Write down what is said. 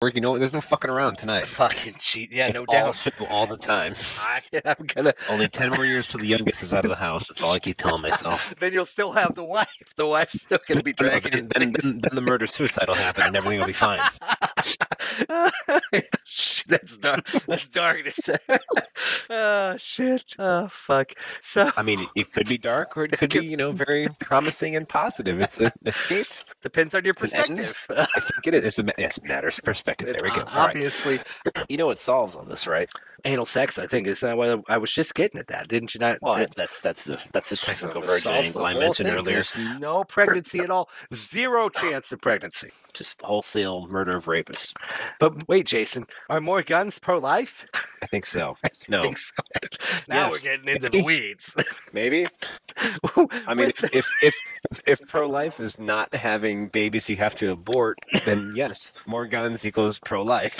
Or you know, what? there's no fucking around tonight. Fucking cheat. Yeah, It's no all doubt. show all the time. I, I'm gonna. Only ten more years till the youngest is out of the house. That's all I keep telling myself. Then you'll still have the wife. The wife's still gonna be Then, dragging then, in then, then the murder suicide will happen, and everything will be fine. Shit, That's dark. That's darkness. oh shit. Oh fuck. So I mean, it could be dark, or it could be, you know, very promising and positive. It's an escape. depends on your It's an end. perspective. I think it is. It's a, ma- it's a matter of perspective. It's There we go. All right. obviously You know what solves on this, right? anal sex. I think is that what I was just getting at. That didn't you not? Well, that- that's that's, that's the that's the technical Solves virgin the angle I whole mentioned thing. earlier. There's no pregnancy at all. Zero chance of pregnancy. Just the wholesale murder of rapists. But wait, Jason, are more guns pro life? I think so. No, think so. Now Yes. we're getting into the weeds. maybe. I mean, if if if, if pro life is not having babies you have to abort, then yes, more guns equals pro life.